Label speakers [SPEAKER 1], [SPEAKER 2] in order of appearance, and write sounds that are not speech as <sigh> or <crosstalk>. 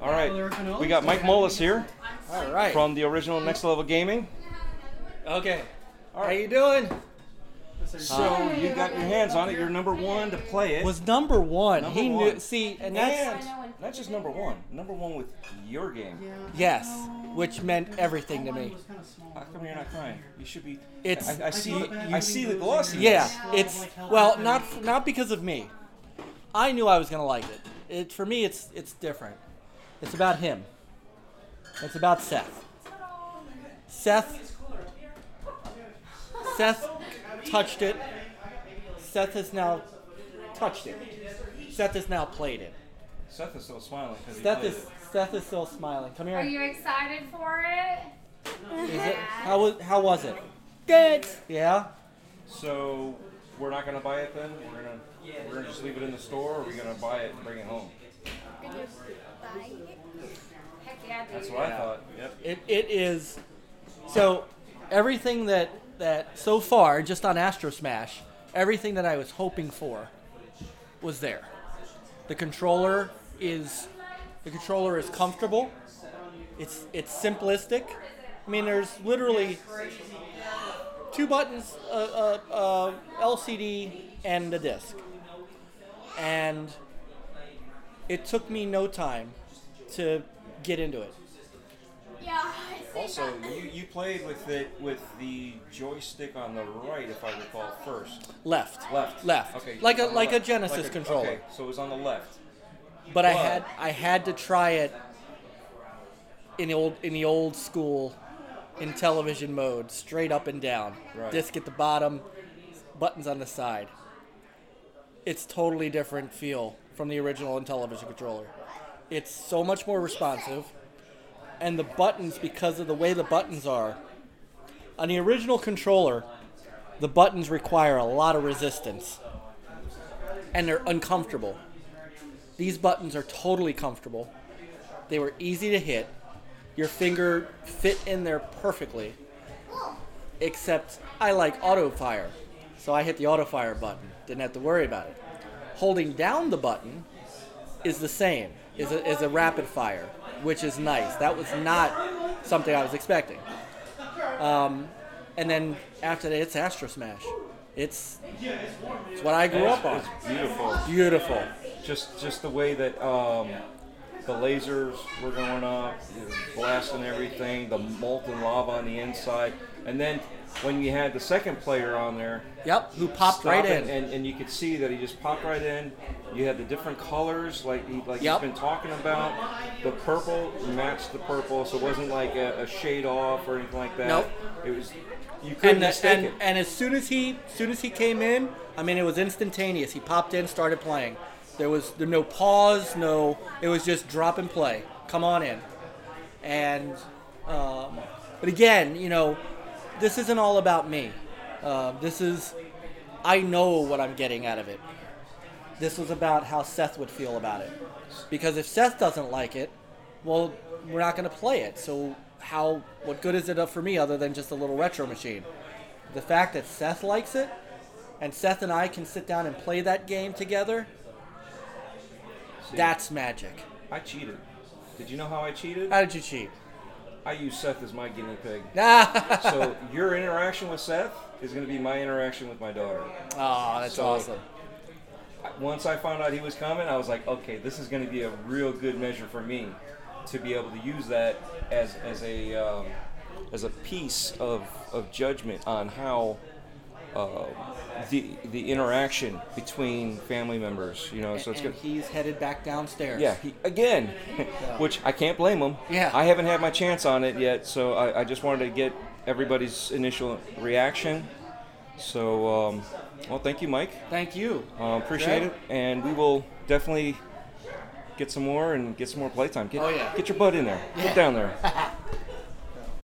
[SPEAKER 1] Lyricanolis.
[SPEAKER 2] right. We got Mike Mullis here
[SPEAKER 3] All right.
[SPEAKER 2] from the original Next Level Gaming.
[SPEAKER 3] okay.
[SPEAKER 2] All right.
[SPEAKER 3] How you doing?
[SPEAKER 2] So you got your hands on it. You're number one to play it.
[SPEAKER 3] Was number one.
[SPEAKER 2] Number
[SPEAKER 3] he
[SPEAKER 2] one.
[SPEAKER 3] knew. See, and that's
[SPEAKER 2] and not just number one, number one with your game.
[SPEAKER 3] yes, which meant everything to me.
[SPEAKER 2] How come you're not crying? You should be.
[SPEAKER 3] It's-
[SPEAKER 2] I, I see.
[SPEAKER 1] feel bad
[SPEAKER 2] I
[SPEAKER 1] you
[SPEAKER 2] see the
[SPEAKER 1] losing
[SPEAKER 2] glossy.
[SPEAKER 3] Yeah, it's well, not f- not because of me. I knew I was gonna like it. It for me, it's it's different. It's about him. It's about Seth. Seth. Seth touched it. Seth has now touched it. Seth has now played it.
[SPEAKER 2] Seth is still smiling because he
[SPEAKER 3] Seth
[SPEAKER 2] played
[SPEAKER 3] is
[SPEAKER 2] it.
[SPEAKER 3] Seth is still smiling. Come here.
[SPEAKER 4] Are you excited for it?
[SPEAKER 3] Is it, how was how was it?
[SPEAKER 5] Good.
[SPEAKER 3] Yeah.
[SPEAKER 2] So we're not gonna buy it then. We're gonna. We're gonna just leave it in the store. Or are we gonna buy it and bring it home?
[SPEAKER 4] Heck yeah, dude.
[SPEAKER 2] That's what I thought. Yep.
[SPEAKER 3] It, it is so everything that that so far just on Astro Smash, everything that I was hoping for was there. The controller is the controller is comfortable. It's it's simplistic. I mean, there's literally two buttons, a uh, uh, LCD and a disc, and it took me no time to get into it.
[SPEAKER 5] Yeah.
[SPEAKER 2] Also, you, you played with it with the joystick on the right, if I recall, first.
[SPEAKER 3] Left.
[SPEAKER 2] Left.
[SPEAKER 3] Left.
[SPEAKER 2] Okay.
[SPEAKER 3] Like a
[SPEAKER 2] on the
[SPEAKER 3] like a
[SPEAKER 2] left.
[SPEAKER 3] Genesis
[SPEAKER 2] Like a-
[SPEAKER 3] controller.
[SPEAKER 2] Okay, so it was on the left.
[SPEAKER 3] But I
[SPEAKER 2] But-
[SPEAKER 3] had I had to try it in the old in the old school in television mode, straight up and down.
[SPEAKER 2] Right.
[SPEAKER 3] Disc at the bottom, buttons on the side. It's totally different feel from the original in television controller. It's so much more responsive. And the buttons, because of the way the buttons are, on the original controller, the buttons require a lot of resistance. And they're uncomfortable. These buttons are totally comfortable. They were easy to hit. Your finger fit in there perfectly. Except I like auto fire. So I hit the auto fire button. Didn't have to worry about it. Holding down the button is the same, is a, is a rapid fire, which is nice. That was not something I was expecting. Um, and then after that, it's Astro Smash. It's, it's what I grew up on.
[SPEAKER 2] It's beautiful.
[SPEAKER 3] Beautiful.
[SPEAKER 2] Just just the way that um, the lasers were going up, you know, blasting everything, the molten lava on the inside, and then when you had the second player on there,
[SPEAKER 3] Yep, who popped right
[SPEAKER 2] stopping,
[SPEAKER 3] in.
[SPEAKER 2] and, and you could see that he just popped right in. You had the different colors, like he, like
[SPEAKER 3] Yep.
[SPEAKER 2] he's been talking about. The purple matched the purple, so it wasn't like a, a shade off or anything like that.
[SPEAKER 3] Nope.
[SPEAKER 2] It was you couldn't
[SPEAKER 3] and,
[SPEAKER 2] mistake
[SPEAKER 3] and,
[SPEAKER 2] it.
[SPEAKER 3] and as soon as he soon as he came in, I mean it was instantaneous. He popped in, started playing. There was there no pause, no. It was just drop and play. Come on in. And um, but again, you know, this isn't all about me. Uh, this is I know what I'm getting out of it. This was about how Seth would feel about it. Because if Seth doesn't like it, well, we're not going to play it. So how what good is it up for me other than just a little retro machine? The fact that Seth likes it and Seth and I can sit down and play that game together,
[SPEAKER 2] See,
[SPEAKER 3] that's magic.
[SPEAKER 2] I cheated. Did you know how I cheated?
[SPEAKER 3] How did you cheat? <laughs>
[SPEAKER 2] I use Seth as my guinea pig.
[SPEAKER 3] Ah,
[SPEAKER 2] so your interaction with Seth is going to be my interaction with my daughter.
[SPEAKER 3] oh, that's
[SPEAKER 2] So-
[SPEAKER 3] awesome.
[SPEAKER 2] I- Once I found out he was coming, I was like, okay, this is going to be a real good measure for me to be able to use that as as a um, as a piece of, of judgment on how uh, the the interaction between family members, you know. So it's
[SPEAKER 3] and
[SPEAKER 2] good.
[SPEAKER 3] he's headed back downstairs.
[SPEAKER 2] Yeah, he, again, <laughs> which I can't blame him.
[SPEAKER 3] Yeah.
[SPEAKER 2] I haven't had my chance on it yet, so I, I just wanted to get everybody's initial reaction. So, um, well, thank you, Mike.
[SPEAKER 3] Thank you.
[SPEAKER 2] Uh, appreciate it, and we will definitely get some more and get some more playtime. Get,
[SPEAKER 3] Oh, yeah.
[SPEAKER 2] Get your butt in there. Get down there.